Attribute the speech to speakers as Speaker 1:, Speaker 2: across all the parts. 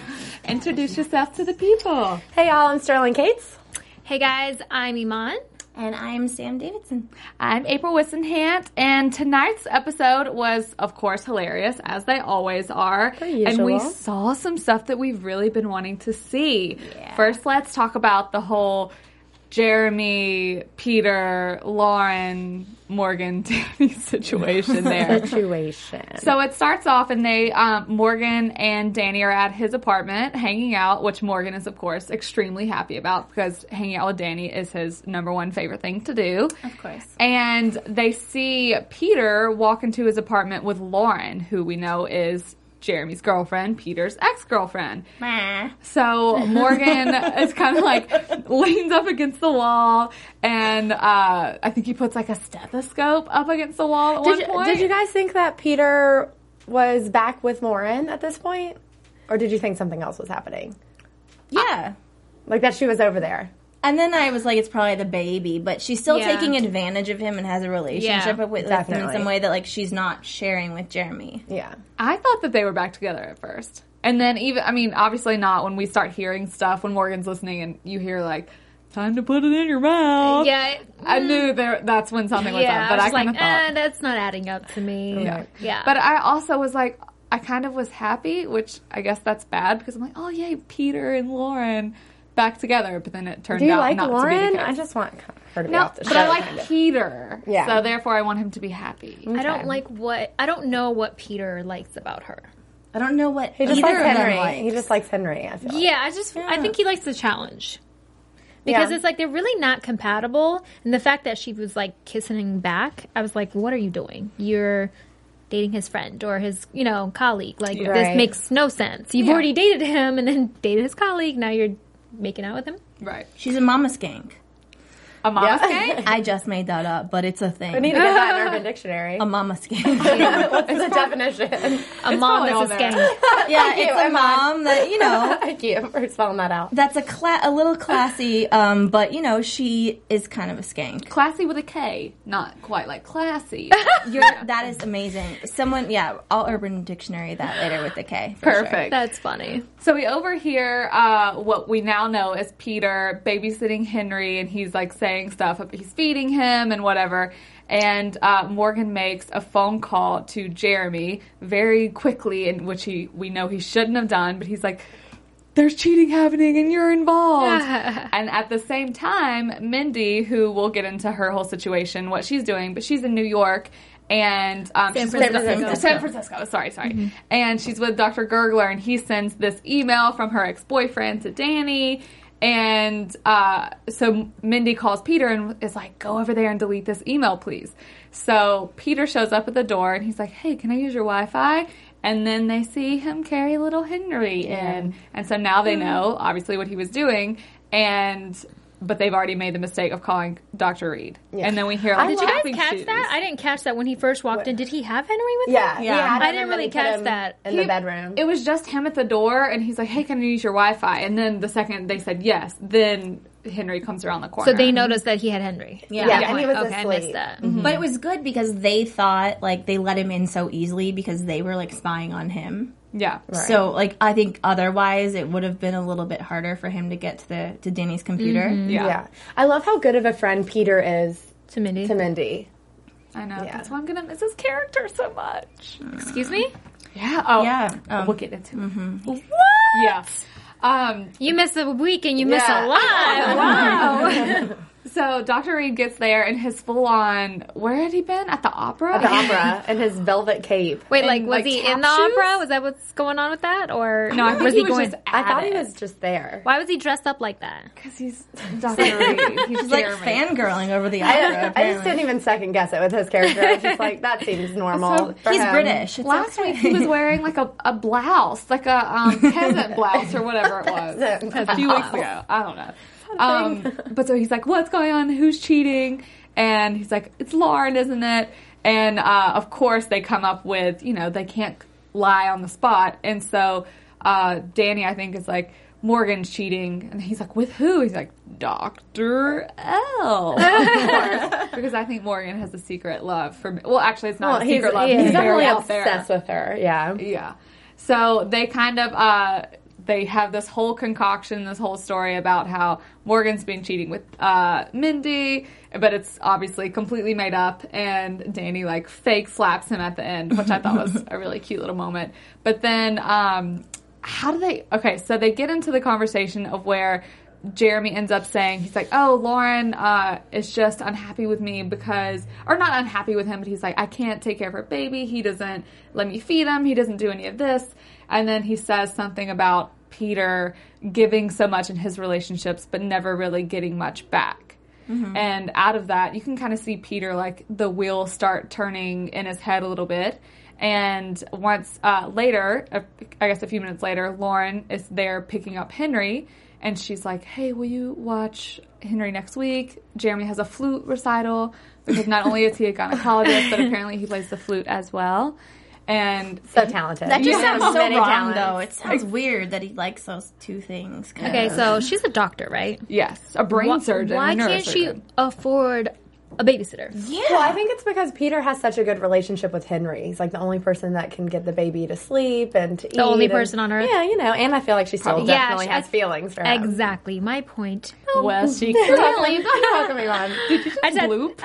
Speaker 1: Introduce yourself to the people.
Speaker 2: Hey y'all, I'm Sterling Cates.
Speaker 3: Hey guys, I'm Iman.
Speaker 4: And I'm Sam Davidson.
Speaker 1: I'm April Wissenhant, and tonight's episode was, of course, hilarious, as they always are. And we
Speaker 2: usual.
Speaker 1: saw some stuff that we've really been wanting to see. First, let's talk about the whole Jeremy, Peter, Lauren, Morgan, Danny situation there.
Speaker 2: Situation.
Speaker 1: So it starts off, and they um, Morgan and Danny are at his apartment hanging out, which Morgan is of course extremely happy about because hanging out with Danny is his number one favorite thing to do. Of
Speaker 4: course.
Speaker 1: And they see Peter walk into his apartment with Lauren, who we know is. Jeremy's girlfriend, Peter's ex girlfriend.
Speaker 4: Meh.
Speaker 1: So Morgan is kind of like leans up against the wall, and uh, I think he puts like a stethoscope up against the wall at one
Speaker 2: did you,
Speaker 1: point.
Speaker 2: did you guys think that Peter was back with Lauren at this point? Or did you think something else was happening?
Speaker 3: Uh,
Speaker 4: Yeah.
Speaker 2: Like that she was over there.
Speaker 4: And then I was like, it's probably the baby, but she's still
Speaker 3: Yeah.
Speaker 4: taking advantage of him and has a relationship
Speaker 3: Yeah,
Speaker 4: with him in
Speaker 2: definitely.
Speaker 4: some way that like she's not sharing with Jeremy.
Speaker 2: Yeah.
Speaker 1: I thought that they were back together at first. And then even I mean, obviously not when we start hearing stuff when Morgan's listening and you hear like time to put it in your mouth.
Speaker 3: Yeah,
Speaker 1: I knew there that's when something was
Speaker 3: yeah.
Speaker 1: up, but I,
Speaker 3: was
Speaker 1: kind of
Speaker 3: like,
Speaker 1: thought
Speaker 3: eh, that's not adding up to me.
Speaker 1: yeah.
Speaker 3: yeah.
Speaker 1: But I also was like I kind of was happy, which I guess that's bad because I'm like, "Oh, yay, Peter and Lauren back together." But then it turned
Speaker 2: Do you
Speaker 1: out
Speaker 2: like
Speaker 1: not to be
Speaker 2: Lauren?
Speaker 1: the case.
Speaker 2: I just want her to be
Speaker 1: no,
Speaker 2: off the show.
Speaker 1: but I like
Speaker 2: kind of.
Speaker 1: Peter.
Speaker 2: Yeah.
Speaker 1: So therefore I want him to be happy.
Speaker 3: I don't like what I don't know what Peter likes about her.
Speaker 4: I don't know what
Speaker 2: He just
Speaker 4: either
Speaker 2: likes
Speaker 4: of them
Speaker 2: Henry.
Speaker 4: like.
Speaker 2: He just likes Henry, I feel like.
Speaker 3: Yeah, I just I think he likes the challenge because
Speaker 2: Yeah.
Speaker 3: it's like they're really not compatible. And the fact that she was like kissing him back, I was like, what are you doing? You're dating his friend or his you know colleague. Like
Speaker 2: Right.
Speaker 3: this makes no sense. You've already dated him and then dated his colleague. Now you're making out with him.
Speaker 1: Right.
Speaker 4: She's a mama skank.
Speaker 1: A mama's
Speaker 2: Yeah.
Speaker 1: game?
Speaker 4: I just made that up, but it's a thing.
Speaker 2: We need to get that in Urban Dictionary.
Speaker 4: a mama skank.
Speaker 2: What's the definition?
Speaker 3: A mom
Speaker 1: probably
Speaker 3: that's a
Speaker 1: on there.
Speaker 3: skank.
Speaker 4: yeah, it's a
Speaker 2: I'm on.
Speaker 4: mom that, you know,
Speaker 2: Thank you for spelling that out.
Speaker 4: that's a cla- a little classy, um, but you know, she is kind of a skank.
Speaker 1: classy with a K, not quite like classy.
Speaker 4: You're, that is amazing. Someone, yeah, I'll Urban Dictionary that later with the K. for sure.
Speaker 3: That's funny.
Speaker 1: So we overhear uh, what we now know is Peter babysitting Henry, and he's like saying stuff. He's feeding him and whatever. And uh, Morgan makes a phone call to Jeremy very quickly, in which he we know he shouldn't have done, but he's like. There's cheating happening and you're involved. and at the same time, Mindy, who we'll get into her whole situation, what she's doing, but she's in New York and um, she's with-
Speaker 4: Francisco.
Speaker 1: San Francisco. Sorry, sorry.
Speaker 3: Mm-hmm.
Speaker 1: And she's with Dr. Gergler, and he sends this email from her ex boyfriend to Danny. And uh, so Mindy calls Peter and is like, go over there and delete this email, please. So Peter shows up at the door and he's like, hey, can I use your Wi Fi? And then they see him carry little Henry in. And so now
Speaker 3: Mm-hmm.
Speaker 1: they know, obviously, what he was doing. And. But they've already made the mistake of calling Dr. Reed. And then we hear, like,
Speaker 3: Did you
Speaker 1: laughing
Speaker 3: guys catch
Speaker 1: shoes.
Speaker 3: that? I didn't catch that when he first walked in. Did he have Henry with
Speaker 2: Yeah,
Speaker 3: him?
Speaker 2: he had
Speaker 3: I
Speaker 2: him
Speaker 3: didn't
Speaker 2: and then
Speaker 3: really
Speaker 2: he put
Speaker 3: catch
Speaker 2: him
Speaker 3: that.
Speaker 2: in the bedroom.
Speaker 1: It was just him at the door, and he's like, "Hey, can I use your Wi-Fi?" And then the second they said yes, then Henry comes around the corner.
Speaker 3: So they noticed that he had Henry.
Speaker 4: Yeah.
Speaker 2: Yeah, and he was
Speaker 3: okay, I
Speaker 2: asleep.
Speaker 3: missed that.
Speaker 4: But it was good because they thought like they let him in so easily because they were like spying on him.
Speaker 1: Yeah.
Speaker 4: So like I think otherwise it would have been a little bit harder for him to get to the to Danny's computer.
Speaker 1: yeah,
Speaker 2: Yeah. I love how good of a friend Peter is
Speaker 3: To Mindy.
Speaker 2: to Mindy.
Speaker 1: I know.
Speaker 2: Yeah.
Speaker 1: That's why I'm gonna miss his character so much.
Speaker 3: Excuse me?
Speaker 1: Yeah. Oh,
Speaker 4: Yeah, um,
Speaker 1: we'll get into it. What? Yeah. Um,
Speaker 3: You miss a week and you miss
Speaker 1: Yeah.
Speaker 3: a lot.
Speaker 1: so Dr. Reed gets there in his full on, where had he been? At the opera?
Speaker 2: The opera and his velvet cape.
Speaker 3: Wait, like,
Speaker 1: And,
Speaker 3: was
Speaker 1: like,
Speaker 3: he
Speaker 1: tap
Speaker 3: in the
Speaker 1: shoes?
Speaker 3: opera? Was that what's going on with that? Or
Speaker 1: No, I think
Speaker 3: was
Speaker 1: he was
Speaker 3: going?
Speaker 1: just
Speaker 2: I thought
Speaker 1: at
Speaker 2: he
Speaker 1: it.
Speaker 2: was just there.
Speaker 3: Why was he dressed up like that?
Speaker 1: Because he's Dr. Reed. He's
Speaker 4: She's like
Speaker 1: Jeremy.
Speaker 4: fangirling over the
Speaker 2: I,
Speaker 4: opera.
Speaker 2: I just didn't
Speaker 4: apparently.
Speaker 2: even second guess it with his character. I was just like, that seems normal.
Speaker 1: So
Speaker 2: for
Speaker 4: He's
Speaker 2: him.
Speaker 4: British. It's
Speaker 1: Last
Speaker 4: okay.
Speaker 1: week he was wearing like a, a blouse, like a um, peasant blouse or whatever it was. a few weeks ago. I don't know. Um, but so he's like, "What's going on? Who's cheating?" And he's like, "It's Lauren, isn't it?" And uh, of course, they come up with you know they can't lie on the spot, and so uh, Danny, I think, is like. Morgan's cheating, and he's like, "With who?" He's like, "Doctor L," Of course, because I think Morgan has a secret love for. Well, actually, it's not
Speaker 2: Well,
Speaker 1: a
Speaker 2: he's,
Speaker 1: secret love.
Speaker 2: he's
Speaker 1: It's
Speaker 2: definitely
Speaker 1: very out there.
Speaker 2: obsessed with her. Yeah.
Speaker 1: Yeah. So they kind of uh, they have this whole concoction, this whole story about how Morgan's been cheating with uh, Mindy, but it's obviously completely made up. And Danny like fake slaps him at the end, which I thought was a really cute little moment. But then um, how do they? Okay, so they get into the conversation of where. Jeremy ends up saying he's like, "Oh, Lauren uh, is just unhappy with me because, or not unhappy with him, but he's like, I can't take care of her baby. He doesn't let me feed him. He doesn't do any of this." And then he says something about Peter giving so much in his relationships, but never really getting much back.
Speaker 3: Mm-hmm.
Speaker 1: And out of that, you can kind of see Peter like the wheels start turning in his head a little bit. And once uh, later, a- I guess a few minutes later, Lauren is there picking up Henry, and she's like, "Hey, will you watch Henry next week? Jeremy has a flute recital because not only is he a gynecologist, but apparently he plays the flute as well." And
Speaker 2: So talented.
Speaker 4: That just
Speaker 2: Yeah.
Speaker 4: sounds so
Speaker 2: Many
Speaker 4: wrong,
Speaker 2: talents.
Speaker 4: though. It sounds weird that he likes those two things. kind
Speaker 3: Okay,
Speaker 4: of.
Speaker 3: so she's a doctor, right?
Speaker 1: yes, a brain
Speaker 3: Why,
Speaker 1: surgeon.
Speaker 3: why can't she
Speaker 1: neurosurgeon.
Speaker 3: afford a babysitter?
Speaker 4: yeah.
Speaker 2: Well, I think it's because Peter has such a good relationship with Henry. He's like the only person that can get the baby to sleep and to the eat.
Speaker 3: only
Speaker 2: and-
Speaker 3: person on earth.
Speaker 2: Yeah, you know, and I feel like she still
Speaker 3: Yeah,
Speaker 2: definitely
Speaker 3: she-
Speaker 2: has feelings for him.
Speaker 3: Exactly, my point.
Speaker 1: Well, she
Speaker 2: Really?
Speaker 1: clearly.
Speaker 2: Welcoming on.
Speaker 3: Oh. I said,
Speaker 1: Bloop.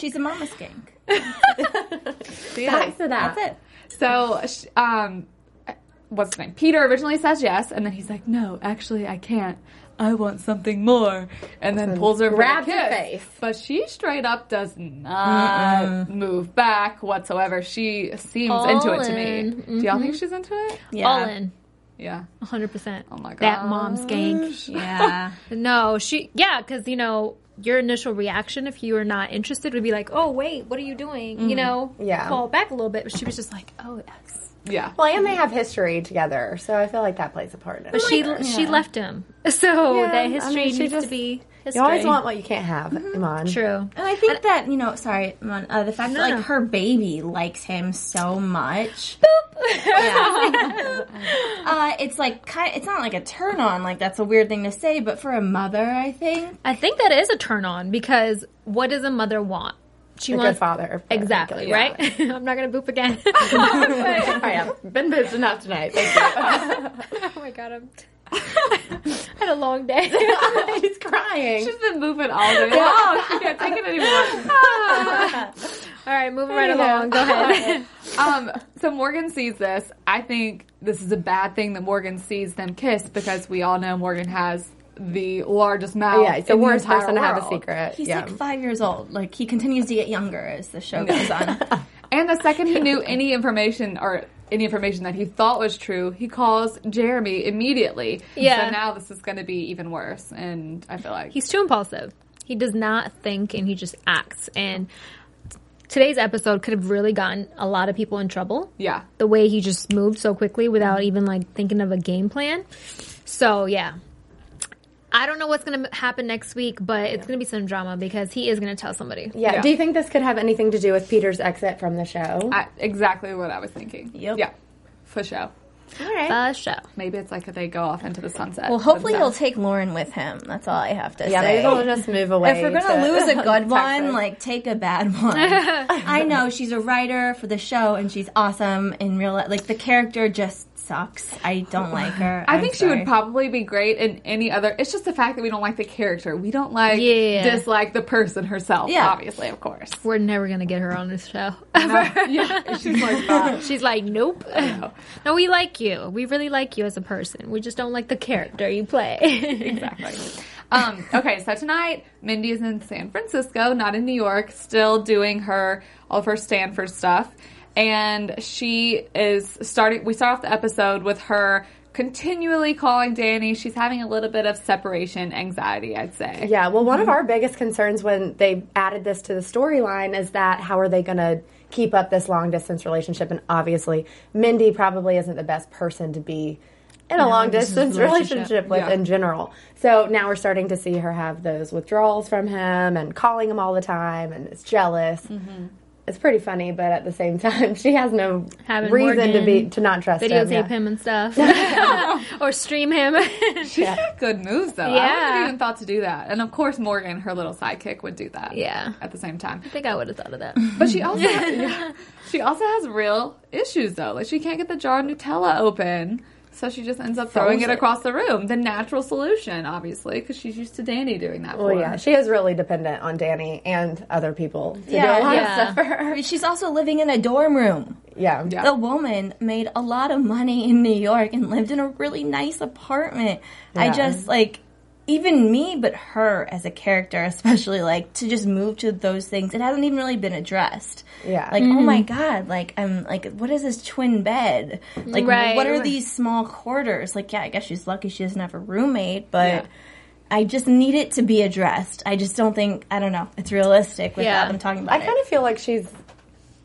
Speaker 4: she's a mama skank.
Speaker 2: Back to that.
Speaker 4: That's it.
Speaker 1: So, sh- um, what's his name? Peter originally says yes, and then he's like, "No, actually, I can't. I want something more." And then pulls her
Speaker 2: grabs
Speaker 1: for a
Speaker 2: her
Speaker 1: kiss.
Speaker 2: face.
Speaker 1: but she straight up does not move back whatsoever. She seems
Speaker 3: All
Speaker 1: into it to me.
Speaker 3: in.
Speaker 1: Do y'all
Speaker 2: Mm-hmm.
Speaker 1: think she's into it?
Speaker 4: Yeah.
Speaker 3: All in,
Speaker 1: Yeah.
Speaker 3: 100%. Oh
Speaker 1: my
Speaker 3: That
Speaker 1: gosh.
Speaker 3: mom's gang.
Speaker 4: Yeah.
Speaker 3: No, she, yeah, because, you know, your initial reaction, if you were not interested, would be like, oh, wait, what are you doing? You know,
Speaker 2: Mm-hmm. Yeah.
Speaker 3: fall back a little bit. But she was just like, oh, yes.
Speaker 1: Yeah.
Speaker 2: Well, and they have history together, so I feel like that plays a part in it.
Speaker 3: But she she left him, so
Speaker 2: Yeah, I
Speaker 3: that
Speaker 2: mean,
Speaker 3: history
Speaker 2: she
Speaker 3: needs
Speaker 2: just-
Speaker 3: to be history. Mm-hmm.
Speaker 2: you always want what you can't have, Iman.
Speaker 3: true.
Speaker 4: And I think that you know, sorry, Mon, uh, the fact that
Speaker 3: no.
Speaker 4: like her baby likes him so much. Yeah. uh, it's like kind. It's not like a turn on. Like that's a weird thing to say, but for a mother, I think.
Speaker 3: I think that is a turn on because what does a mother want? She
Speaker 2: A good
Speaker 3: wants
Speaker 2: father.
Speaker 3: exactly right. I'm not gonna boop again.
Speaker 2: All right, I've been busy enough tonight. Thank you.
Speaker 3: oh my god, I'm had a long day.
Speaker 2: He's crying.
Speaker 1: She's been moving all day long. She can't take it anymore.
Speaker 3: All right, moving right along. Go ahead.
Speaker 1: Um, so Morgan sees this. I think this is a bad thing that Morgan sees them kiss because we all know Morgan has the largest mouth.
Speaker 2: yeah, he's the
Speaker 1: in
Speaker 2: worst
Speaker 1: entire
Speaker 2: person to have a
Speaker 1: world.
Speaker 2: secret.
Speaker 4: He's
Speaker 2: yeah.
Speaker 4: like five years old. Like he continues to get younger as the show goes on.
Speaker 1: And the second he knew any information or any information that he thought was true, he calls Jeremy immediately.
Speaker 3: Yeah.
Speaker 1: So now this is going to be even worse. And I feel like
Speaker 3: He's too impulsive. He does not think and he just acts. And today's episode could have really gotten a lot of people in trouble.
Speaker 1: yeah.
Speaker 3: the way he just moved so quickly without even like thinking of a game plan. So yeah. I don't know what's going to happen next week, but it's going to be some drama because he is going to tell somebody.
Speaker 2: yeah.
Speaker 1: Yeah.
Speaker 2: Do you think this could have anything to do with Peter's exit from the show?
Speaker 1: I, exactly what I was thinking.
Speaker 4: Yep.
Speaker 1: Yeah. For sure.
Speaker 4: All right.
Speaker 3: the show.
Speaker 1: Maybe it's like they go off into the sunset.
Speaker 4: well, hopefully he'll
Speaker 1: themselves.
Speaker 4: take Lauren with him. That's all I have to
Speaker 2: Yeah,
Speaker 4: say.
Speaker 2: maybe they'll just move away.
Speaker 4: if we're gonna lose a good one,
Speaker 2: Texas.
Speaker 4: like take a bad one. I know she's a writer for the show and she's awesome in real life. Like the character just sucks. I don't like her.
Speaker 1: I
Speaker 4: I'm
Speaker 1: think she
Speaker 4: sorry.
Speaker 1: would probably be great in any other. It's just the fact that we don't like the character. We don't like
Speaker 3: Yeah.
Speaker 1: dislike the person herself.
Speaker 4: Yeah.
Speaker 1: obviously, of course.
Speaker 3: We're never gonna get her on this show.
Speaker 1: yeah, she's like that.
Speaker 3: She's like, nope. No, we like you. We really like you as a person. We just don't like the character you play.
Speaker 1: Exactly. Um, okay, so tonight Mindy is in San Francisco, not in New York, still doing her all of her Stanford stuff, and she is starting. We start off the episode with her continually calling Danny. She's having a little bit of separation anxiety, I'd say.
Speaker 2: Yeah, well, one of our biggest concerns when they added this to the storyline is that how are they going to keep up this long distance relationship? And obviously, Mindy probably isn't the best person to be in a long distance relationship, with
Speaker 1: Yeah.
Speaker 2: in general. So now we're starting to see her have those withdrawals from him and calling him all the time and is jealous. It's pretty funny, but at the same time, she has no
Speaker 3: Having
Speaker 2: reason to be
Speaker 3: Morgan
Speaker 2: to not trust him.
Speaker 3: Videotape
Speaker 2: yeah.
Speaker 3: him and stuff, or stream him.
Speaker 1: She's got good moves though. I
Speaker 3: Yeah.
Speaker 1: wouldn't even thought to do that. And of course Morgan, her little sidekick, would do that.
Speaker 3: Yeah.
Speaker 1: At the same time.
Speaker 3: I think I would have thought of that.
Speaker 1: But she also yeah. she also has real issues though. Like she can't get the jar of Nutella open. So she just ends up throwing it across the room. The natural solution, obviously, because she's used to Danny doing that for
Speaker 2: Well,
Speaker 1: her.
Speaker 2: yeah, she is really dependent on Danny and other people to do a lot
Speaker 3: yeah.
Speaker 2: of stuff for her.
Speaker 4: She's also living in a dorm room.
Speaker 2: Yeah.
Speaker 1: Yeah.
Speaker 4: The woman made a lot of money in New York and lived in a really nice apartment. I
Speaker 2: Yeah.
Speaker 4: just like even me, but her as a character, especially like to just move to those things. It hasn't even really been addressed.
Speaker 2: Yeah.
Speaker 4: Like, oh my
Speaker 3: Mm-hmm.
Speaker 4: god, like I'm like, what is this twin bed? Like,
Speaker 3: Right.
Speaker 4: what are these small quarters? Like, yeah, I guess she's lucky she doesn't have a roommate, but.
Speaker 1: Yeah.
Speaker 4: I just need it to be addressed. I just don't think I don't know. It's realistic without
Speaker 3: Yeah.
Speaker 4: them talking about
Speaker 2: I
Speaker 4: it.
Speaker 2: kind of feel like she's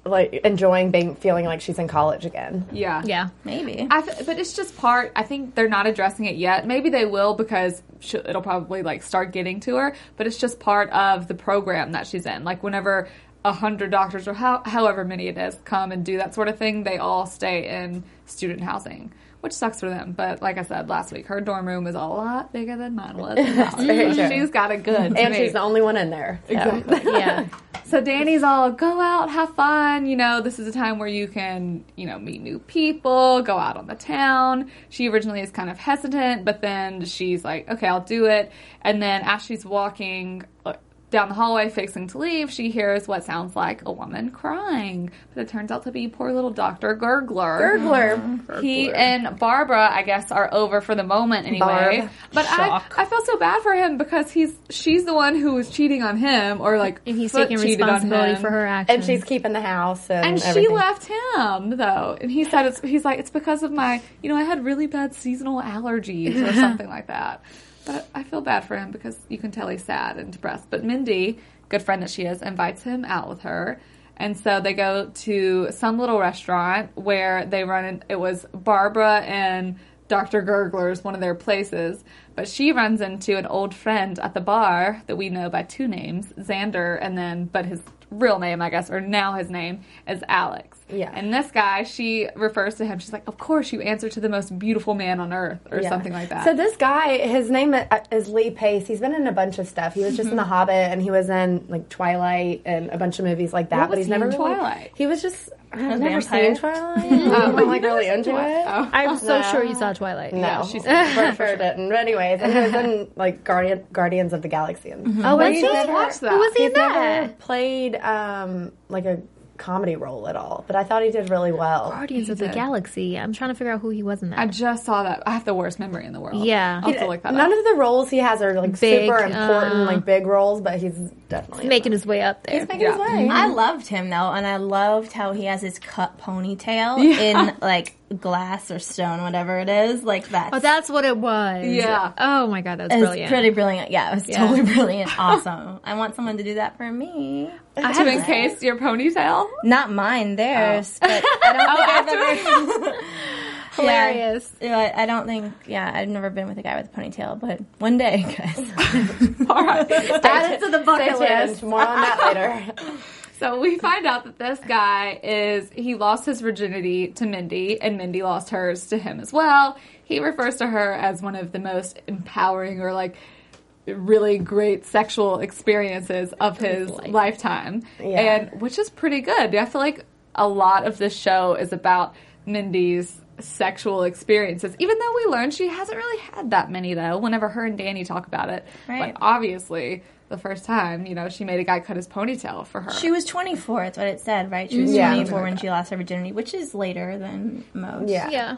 Speaker 2: like enjoying being feeling like she's in college again.
Speaker 1: Yeah.
Speaker 3: Yeah,
Speaker 4: Maybe
Speaker 1: I th- but it's just part. I think they're not addressing it yet. Maybe they will because she- it'll probably like start getting to her. But it's just part of the program that she's in. Like whenever a hundred doctors or how, however many it is come and do that sort of thing, they all stay in student housing, which sucks for them. But like I said last week, her dorm room is a lot bigger than mine was. in college.
Speaker 2: very true.
Speaker 1: she's got it good, to
Speaker 2: And
Speaker 1: me.
Speaker 2: she's the only one in there. so.
Speaker 3: yeah.
Speaker 1: So Danny's all go out, have fun. You know, this is a time where you can, you know, meet new people, go out on the town. She originally is kind of hesitant, but then she's like, okay, I'll do it. And then as she's walking uh, down the hallway, fixing to leave, she hears what sounds like a woman crying, but it turns out to be poor little Doctor Gurgler.
Speaker 2: Burglar.
Speaker 1: He and Barbara, I guess, are over for the moment anyway.
Speaker 2: Barb.
Speaker 1: But I, I felt so bad for him because he's she's the one who was cheating on him, or like
Speaker 3: And he's
Speaker 1: foot
Speaker 3: taking
Speaker 1: cheated on
Speaker 3: responsibility
Speaker 1: him.
Speaker 3: for her actions.
Speaker 2: And she's keeping the house and,
Speaker 1: And she
Speaker 2: everything.
Speaker 1: left him though, and he said it's he's like it's because of my you know I had really bad seasonal allergies or something like that. But I feel bad for him because you can tell he's sad and depressed. But Mindy, good friend that she is, invites him out with her. And so they go to some little restaurant where they run in, it was Barbara and Dr. Gurgler's one of their places. But she runs into an old friend at the bar that we know by two names, Xander, and then, but his real name, I guess, or now his name is Alex.
Speaker 2: Yeah.
Speaker 1: And this guy, she refers to him, she's like, Of course, you answer to the most beautiful man on earth, or
Speaker 2: Yeah.
Speaker 1: something like that.
Speaker 2: So this guy, his name i- is Lee Pace. He's been in a bunch of stuff. He was
Speaker 1: Mm-hmm.
Speaker 2: just in The Hobbit, and he was in like Twilight and a bunch of movies like
Speaker 1: What
Speaker 2: that. but
Speaker 1: was
Speaker 2: he's
Speaker 1: he in
Speaker 2: never really-
Speaker 1: Twilight?
Speaker 2: He was just I've never
Speaker 4: vampire?
Speaker 2: seen Twilight. I'm like really into it.
Speaker 3: I'm so sure you saw Twilight.
Speaker 2: No,
Speaker 1: Oh, Yeah, she's-
Speaker 2: she's for sure didn't. But anyways, and he was in like Guardian Guardians of the Galaxy. And
Speaker 1: Mm-hmm.
Speaker 3: Oh, was
Speaker 2: he's
Speaker 3: he?
Speaker 2: never-
Speaker 1: watched that.
Speaker 3: Who was he in
Speaker 2: He's
Speaker 3: that?
Speaker 2: never played um, like a comedy role at all, but I thought he did really well.
Speaker 3: Guardians of the Galaxy. I'm trying to figure out who he was in that.
Speaker 1: I just saw that. I have the worst memory in the world.
Speaker 3: Yeah.
Speaker 1: I'll have to look that
Speaker 2: None
Speaker 1: up.
Speaker 2: of the roles he has are like
Speaker 3: Big,
Speaker 2: super important,
Speaker 3: uh,
Speaker 2: like big roles, but he's definitely in
Speaker 3: making his way up there.
Speaker 2: it. He's making his
Speaker 1: Yeah.
Speaker 2: way.
Speaker 4: I loved him though, and I loved how he has his cut ponytail in like glass or stone, whatever it is. Like that's,
Speaker 3: oh, that's what it was.
Speaker 1: Yeah.
Speaker 3: Oh my god, that's
Speaker 4: it's
Speaker 3: brilliant.
Speaker 4: pretty brilliant. Yeah, it was totally brilliant. Awesome. I want someone to do that for me.
Speaker 1: to encase your ponytail.
Speaker 4: Not mine, theirs. But I don't think I've ever.
Speaker 3: Hilarious.
Speaker 4: Yeah, I- I don't think. Yeah, I've never been with a guy with a ponytail, but one day, guys.
Speaker 1: All right.
Speaker 4: Add it to the bucket
Speaker 2: Stay tuned. More on that later.
Speaker 1: So we find out that this guy is he lost his virginity to Mindy and Mindy lost hers to him as well. He refers to her as one of the most empowering or like really great sexual experiences of his
Speaker 3: life.
Speaker 1: lifetime.
Speaker 2: Yeah.
Speaker 1: And which is pretty good. I feel like a lot of this show is about Mindy's sexual experiences. Even though we learn she hasn't really had that many though, whenever her and Danny talk about it.
Speaker 4: Right.
Speaker 1: But obviously the first time, you know, she made a guy cut his ponytail for her.
Speaker 4: She was 24. That's what it said, right? She was
Speaker 2: Yeah.
Speaker 4: 24 when she lost her virginity, which is later than most.
Speaker 2: Yeah.
Speaker 3: Yeah.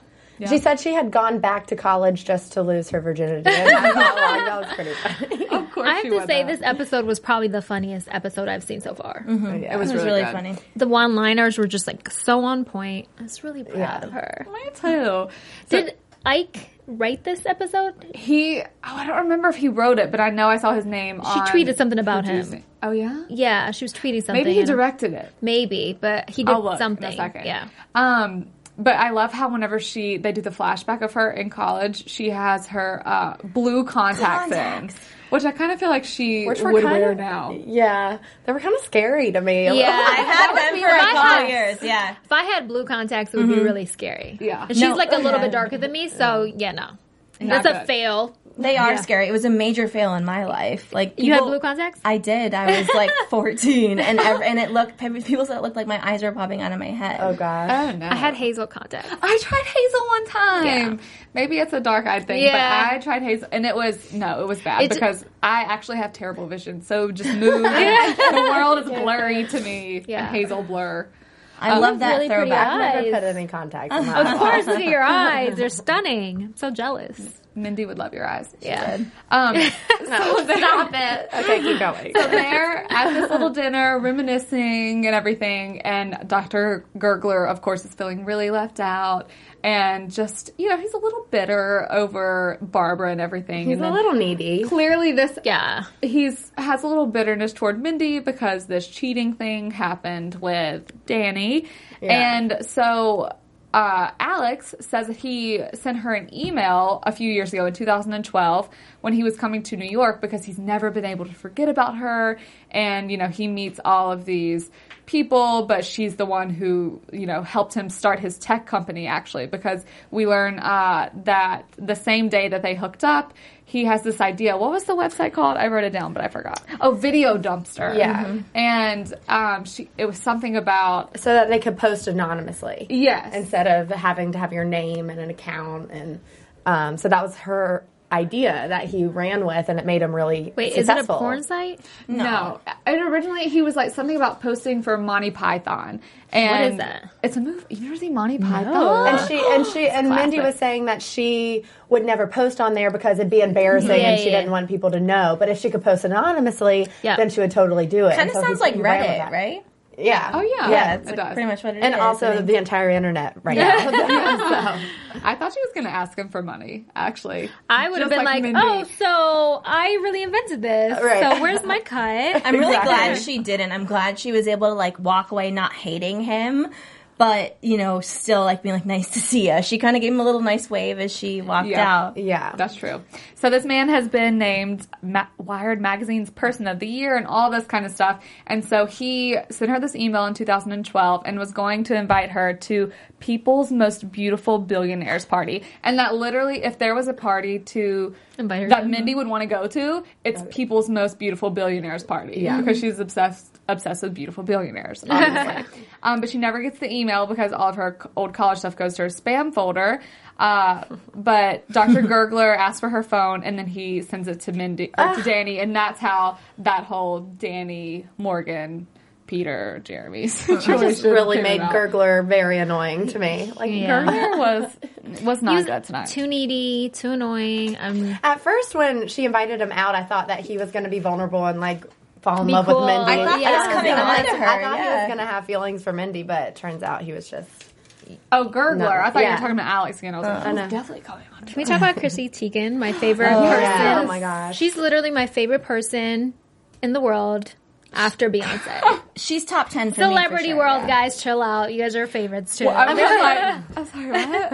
Speaker 2: She said she had gone back to college just to lose her virginity. And I thought, wow, that was pretty funny.
Speaker 1: of course,
Speaker 3: I have
Speaker 1: she uh,
Speaker 3: to
Speaker 1: would,
Speaker 3: say,
Speaker 1: though.
Speaker 3: this episode was probably the funniest episode I've seen so far.
Speaker 2: Yeah.
Speaker 1: it was,
Speaker 4: It was really
Speaker 1: good.
Speaker 4: funny.
Speaker 3: The one liners were just like so on point. I was really proud of her.
Speaker 1: Me too. Did
Speaker 3: Did Ike write this episode?
Speaker 1: he? Oh, I don't remember if he wrote it, but I know I saw his name.
Speaker 3: She tweeted something about him.
Speaker 1: Oh yeah,
Speaker 3: Yeah, she was tweeting something.
Speaker 1: maybe he
Speaker 3: and-
Speaker 1: directed it.
Speaker 3: Maybe, but he did
Speaker 1: I'll look
Speaker 3: something.
Speaker 1: in a second.
Speaker 3: Yeah.
Speaker 1: Um, but I love how whenever she they do the flashback of her in college, she has her uh, blue contacts,
Speaker 4: Contacts.
Speaker 1: in, which I kind of feel like she
Speaker 2: Which were
Speaker 1: would
Speaker 2: kinda-
Speaker 1: wear now.
Speaker 2: Yeah. They were kind of scary to me. a little.
Speaker 3: Yeah.
Speaker 4: I had
Speaker 3: That
Speaker 4: them
Speaker 3: would be
Speaker 4: for a
Speaker 3: my
Speaker 4: couple
Speaker 3: house.
Speaker 4: years. Yeah.
Speaker 3: If I had blue contacts, it would be really scary.
Speaker 1: Yeah.
Speaker 3: And she's
Speaker 4: No.
Speaker 3: like a little
Speaker 4: Yeah.
Speaker 3: bit darker than me, so yeah, no.
Speaker 1: Not
Speaker 3: That's a
Speaker 1: good.
Speaker 3: fail.
Speaker 4: They are scary. It was a major fail in my life. Like
Speaker 3: You had
Speaker 4: people-
Speaker 3: blue contacts?
Speaker 4: I did. I was like 14, and ev- and it looked people said it looked like my eyes were popping out of my head.
Speaker 2: Oh, gosh.
Speaker 1: Oh no,
Speaker 3: I had hazel contacts.
Speaker 1: I tried Hazel one time. Maybe it's a dark eyed thing,
Speaker 3: Yeah.
Speaker 1: but I tried Hazel and it was no, it was bad
Speaker 3: It's-
Speaker 1: because I actually have terrible vision. So just move. The world is blurry to me.
Speaker 3: Yeah.
Speaker 1: And Hazel blur.
Speaker 4: I love that
Speaker 3: really pretty
Speaker 4: throwback.
Speaker 3: eyes.
Speaker 2: Never put any contacts in my
Speaker 3: Of course, look at your eyes. They're stunning. I'm so jealous.
Speaker 1: Mindy would love your eyes.
Speaker 3: Yeah.
Speaker 1: Um, so
Speaker 3: Stop it.
Speaker 2: Okay, keep going.
Speaker 1: So they're at this little dinner, reminiscing and everything, and Dr. Gurgler, of course, is feeling really left out and just, you know, he's a little bitter over Barbara and everything.
Speaker 2: He's
Speaker 1: and
Speaker 2: a
Speaker 1: then
Speaker 2: little needy.
Speaker 1: clearly this
Speaker 3: Yeah.
Speaker 1: he's has a little bitterness toward Mindy because this cheating thing happened with Danny,
Speaker 2: Yeah.
Speaker 1: and so uh, Alex says that he sent her an email a few years ago in 2012 when he was coming to New York because he's never been able to forget about her, and you know he meets all of these people, but she's the one who you know helped him start his tech company actually because we learn uh, that the same day that they hooked up he has this idea. What was the website called? I wrote it down, but I forgot. Oh, Video Dumpster.
Speaker 2: Yeah.
Speaker 1: And um, she, it was something about
Speaker 2: So that they could post anonymously.
Speaker 1: yes,
Speaker 2: Instead of having to have your name and an account. And um, so that was her idea that he ran with and it made him really
Speaker 3: Wait, is it a
Speaker 2: successful.
Speaker 3: porn site?
Speaker 1: no. And originally he was like something about posting for Monty Python. And
Speaker 3: What is that?
Speaker 1: It's a movie. You never seen Monty Python?
Speaker 2: And she and she and Mindy
Speaker 3: classic.
Speaker 2: was saying that she would never post on there because it'd be embarrassing
Speaker 3: Yeah,
Speaker 2: and she
Speaker 3: yeah.
Speaker 2: didn't want people to know. But if she could post anonymously,
Speaker 3: Yeah.
Speaker 2: then she would totally do it.
Speaker 4: Kind
Speaker 2: And
Speaker 4: of
Speaker 2: so he-
Speaker 4: sounds like
Speaker 2: he ran with
Speaker 4: Reddit,
Speaker 2: that.
Speaker 4: right?
Speaker 2: Yeah.
Speaker 1: Oh yeah,
Speaker 2: Yeah,
Speaker 4: That's
Speaker 1: it
Speaker 4: like
Speaker 1: does.
Speaker 4: pretty much what it is.
Speaker 2: And
Speaker 4: I
Speaker 2: also
Speaker 4: think.
Speaker 2: the entire internet right now. So,
Speaker 1: I thought she was going to ask him for money. Actually,
Speaker 3: I would have
Speaker 1: Just
Speaker 3: been like,
Speaker 1: Mindy.
Speaker 3: oh, so I really invented this.
Speaker 2: Right.
Speaker 3: So where's my cut?
Speaker 4: I'm really
Speaker 2: Exactly.
Speaker 4: glad she didn't. I'm glad she was able to like walk away not hating him, but you know, still like being like nice to see you. She kind of gave him a little nice wave as she walked
Speaker 1: Yeah.
Speaker 4: out.
Speaker 2: yeah.
Speaker 1: That's true. So this man has been named Ma- Wired Magazine's Person of the Year and all this kind of stuff. And so he sent her this email in 2012 and was going to invite her to People's Most Beautiful Billionaires Party. And that literally, if there was a party to
Speaker 3: Invite her
Speaker 1: that
Speaker 3: to.
Speaker 1: Mindy would want to go to, it's People's Most Beautiful Billionaires Party. Yeah, because she's obsessed obsessed with beautiful billionaires. Obviously. um, but she never gets the email because all of her c- old college stuff goes to her spam folder. Uh, but Dr. Gergler asks for her phone, and then he sends it to Mindy or to Danny, and that's how that whole Danny Morgan. Peter Jeremy situation
Speaker 2: Just really
Speaker 1: came
Speaker 2: made
Speaker 1: about.
Speaker 2: Gurgler very annoying to me. Like
Speaker 1: Gergler was was not
Speaker 3: He was
Speaker 1: good tonight.
Speaker 3: Too needy, too annoying. Um, I'm
Speaker 2: At first, when she invited him out, I thought that he was going to be vulnerable and like fall in
Speaker 3: Be
Speaker 2: love
Speaker 3: cool.
Speaker 2: with Mindy.
Speaker 3: I thought he was
Speaker 2: And
Speaker 4: coming
Speaker 2: I
Speaker 4: on to her,
Speaker 2: I thought he
Speaker 4: yeah.
Speaker 2: was going to have feelings for Mindy, but it turns out he was just.
Speaker 1: oh, Gergler!
Speaker 2: No.
Speaker 1: I thought you
Speaker 2: Yeah.
Speaker 1: were talking about Alex again. I was like,
Speaker 2: I know.
Speaker 1: definitely calling him on.
Speaker 3: Can we talk about Chrissy Teigen, my favorite person?
Speaker 2: yeah. Oh, my gosh.
Speaker 3: She's literally my favorite person in the world. after Beyonce.
Speaker 4: She's top ten for me for
Speaker 3: Celebrity
Speaker 4: sure,
Speaker 3: world,
Speaker 4: yeah.
Speaker 3: guys, chill out. You guys are favorites too.
Speaker 1: I'm just like, I'm sorry, what?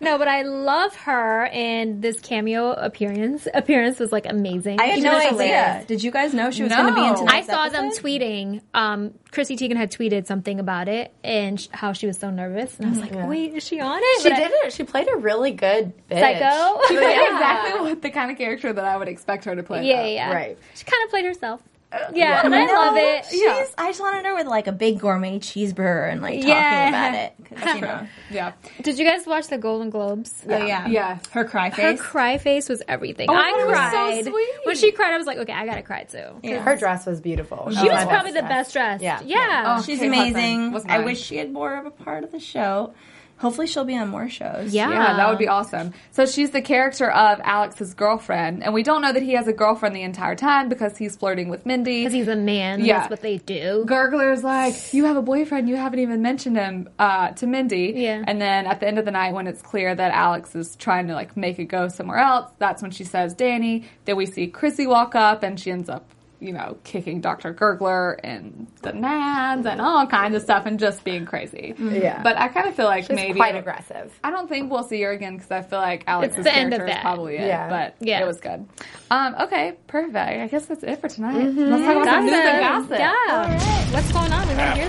Speaker 3: no, but I love her, and this cameo appearance appearance was like amazing.
Speaker 4: I had
Speaker 3: She
Speaker 4: no
Speaker 3: was
Speaker 4: idea.
Speaker 3: hilarious.
Speaker 4: Did you guys know she was
Speaker 1: No.
Speaker 4: going to be in
Speaker 1: I
Speaker 3: I
Speaker 4: tonight's
Speaker 3: saw them
Speaker 4: episode?
Speaker 3: tweeting. Um, Chrissy Teigen had tweeted something about it and sh- how she was so nervous, and I was like, "Wait, is she on it?"
Speaker 2: She
Speaker 3: But I-
Speaker 2: did it. She played a really good bitch.
Speaker 3: Psycho.
Speaker 1: She played exactly what the kind of character that I would expect her to play.
Speaker 3: yeah,
Speaker 1: though.
Speaker 3: yeah.
Speaker 2: Right.
Speaker 3: She kind of played herself.
Speaker 1: Uh,
Speaker 3: Yeah, and I love it.
Speaker 4: She's, I just wanted her with like a big gourmet cheeseburger and like talking
Speaker 3: Yeah.
Speaker 4: about it. 'Cause, you know.
Speaker 1: yeah,
Speaker 3: Did you guys watch the Golden Globes?
Speaker 4: Oh, yeah. yeah,
Speaker 1: yeah.
Speaker 4: Her cry
Speaker 3: Her
Speaker 4: face.
Speaker 3: cry face was everything.
Speaker 1: Oh,
Speaker 3: I
Speaker 1: it was so
Speaker 3: cried
Speaker 1: sweet.
Speaker 3: when she cried. I was like, okay, I gotta cry too.
Speaker 2: Her dress was beautiful. Oh,
Speaker 1: Oh,
Speaker 3: She was probably the best dressed.
Speaker 2: Yeah.
Speaker 3: yeah.
Speaker 4: She's
Speaker 1: Kate Hudson
Speaker 4: amazing.
Speaker 1: was
Speaker 4: I
Speaker 1: mine.
Speaker 4: wish she had more of a part of the show. Hopefully, she'll be on more shows.
Speaker 3: Yeah.
Speaker 1: Yeah, that would be
Speaker 3: Ah.
Speaker 1: awesome. So she's the character of Alex's girlfriend, and we don't know that he has a girlfriend the entire time because he's flirting with Mindy.
Speaker 3: Because he's a man.
Speaker 1: Yeah.
Speaker 3: That's what they do.
Speaker 1: Gurgler's like, you have a boyfriend, you haven't even mentioned him uh, to Mindy.
Speaker 3: Yeah.
Speaker 1: And then at the end of the night, when it's clear that Alex is trying to like make it go somewhere else, that's when she says Danny. Then we see Chrissy walk up, and she ends up, you know, kicking Dr. Gurgler and the nads and all kinds of stuff, and just being crazy.
Speaker 3: Mm-hmm.
Speaker 2: Yeah.
Speaker 1: But I kind of feel like
Speaker 2: She's
Speaker 1: maybe
Speaker 2: quite aggressive.
Speaker 1: I don't think we'll see her again because I feel like Alex's
Speaker 3: It's the end
Speaker 1: character
Speaker 3: of
Speaker 1: is
Speaker 3: that.
Speaker 1: probably it.
Speaker 2: Yeah.
Speaker 1: But
Speaker 3: Yeah.
Speaker 1: it was good. Um, okay, perfect. I guess that's it for tonight.
Speaker 3: Mm-hmm.
Speaker 1: Let's talk about some news and
Speaker 3: Gossip.
Speaker 1: gossip.
Speaker 3: Yeah. What's going on? We want to hear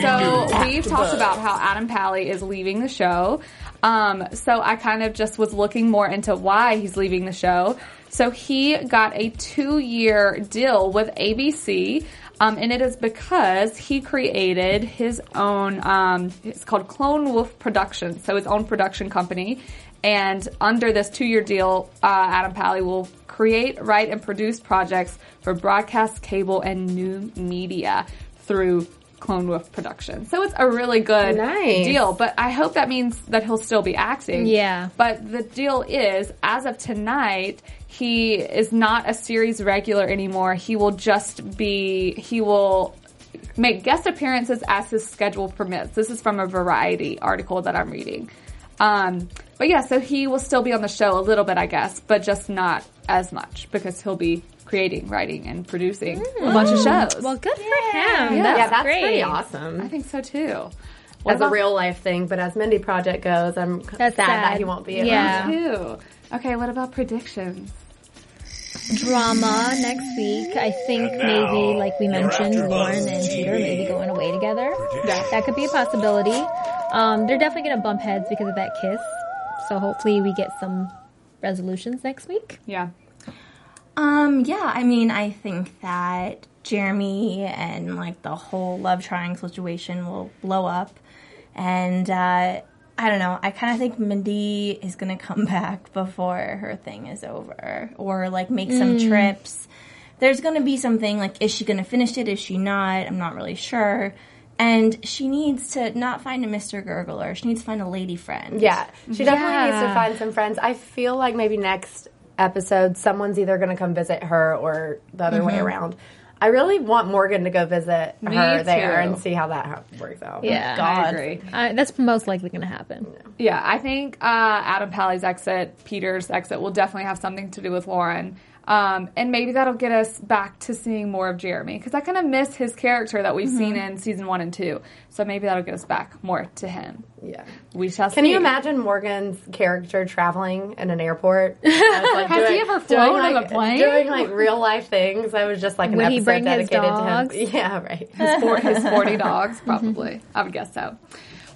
Speaker 1: Okay, so we've talked about how Adam Pally is leaving the show. Um, so I kind of just was looking more into why he's leaving the show. So he got a two-year deal with ABC, um, and it is because he created his own. Um, it's called Clone Wolf Productions, so his own production company. And under this two-year deal, uh, Adam Pally will create, write, and produce projects for broadcast, cable, and new media through Clone Wolf Productions. So it's a really good
Speaker 2: Nice.
Speaker 1: deal, but I hope that means that he'll still be acting.
Speaker 3: Yeah.
Speaker 1: But the deal is, as of tonight, he is not a series regular anymore. He will just be, he will make guest appearances as his schedule permits. This is from a variety article that I'm reading. Um, but yeah, so he will still be on the show a little bit, I guess, but just not as much because he'll be creating, writing, and producing a bunch of shows.
Speaker 3: Hmm. Oh. Well, good for him.
Speaker 1: Yeah.
Speaker 3: That's
Speaker 2: yeah, that's
Speaker 3: great.
Speaker 2: pretty awesome.
Speaker 1: I think so too. What
Speaker 2: As a
Speaker 1: about
Speaker 2: real life thing, but as Mindy Project goes, I'm
Speaker 3: That's
Speaker 2: sad, that
Speaker 3: sad.
Speaker 2: he won't be around.
Speaker 3: Yeah.
Speaker 1: you? Okay, what about predictions?
Speaker 3: Drama next week. I think maybe, like we mentioned, Lauren and Peter maybe going away together. That could be a possibility. Um, they're definitely going to bump heads because of that kiss. So hopefully we get some resolutions next week.
Speaker 1: Yeah.
Speaker 4: Um, yeah, I mean, I think that Jeremy and like the whole love triangle situation will blow up, and uh, I don't know. I kind of think Mindy is gonna come back before her thing is over, or like make some trips. There's gonna be something like, is she gonna finish it? Is she not? I'm not really sure. And she needs to not find a Mr. Gurgler. She needs to find a lady friend.
Speaker 2: Yeah, she definitely
Speaker 3: Yeah.
Speaker 2: needs to find some friends. I feel like maybe next episode, someone's either going to come visit her or the other way around. I really want Morgan to go visit
Speaker 1: Mm-hmm. Me
Speaker 2: her there
Speaker 1: too.
Speaker 2: and see how that ho- works out.
Speaker 3: Yeah.
Speaker 1: I agree.
Speaker 3: Uh, that's most likely going to happen.
Speaker 1: Yeah, I think uh, Adam Pally's exit, Peter's exit, will definitely have something to do with Lauren. Um, and maybe that'll get us back to seeing more of Jeremy because I kind of miss his character that we've
Speaker 2: Mm-hmm.
Speaker 1: seen in season one and two. So maybe that'll get us back more to him.
Speaker 2: Yeah.
Speaker 1: We shall see.
Speaker 2: Can you imagine Morgan's character traveling in an airport? I was, like,
Speaker 1: Has he ever flown
Speaker 2: doing,
Speaker 1: on
Speaker 2: like-
Speaker 1: a plane?
Speaker 2: Doing like real life things. I was just like an
Speaker 3: Would he
Speaker 2: episode
Speaker 3: bring his
Speaker 2: dedicated
Speaker 3: dogs?
Speaker 2: to him. Yeah, right.
Speaker 1: for his 40 dogs, probably. I would guess so.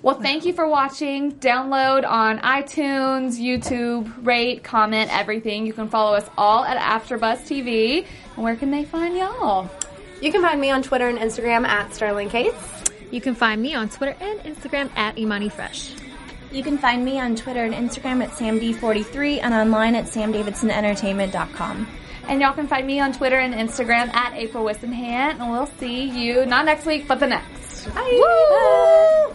Speaker 1: Well, thank you for watching. Download on iTunes, YouTube, rate, comment, everything. You can follow us all at AfterBuzz TV. And where can they find y'all?
Speaker 2: You can find me on Twitter and Instagram at Sterling Case.
Speaker 3: You can find me on Twitter and Instagram at Imani Fresh.
Speaker 4: You can find me on Twitter and Instagram at samd43 and online at samdavidsonentertainment.com.
Speaker 1: And y'all can find me on Twitter and Instagram at April Wisdomhand. And we'll see you not next week, but the next. Woo!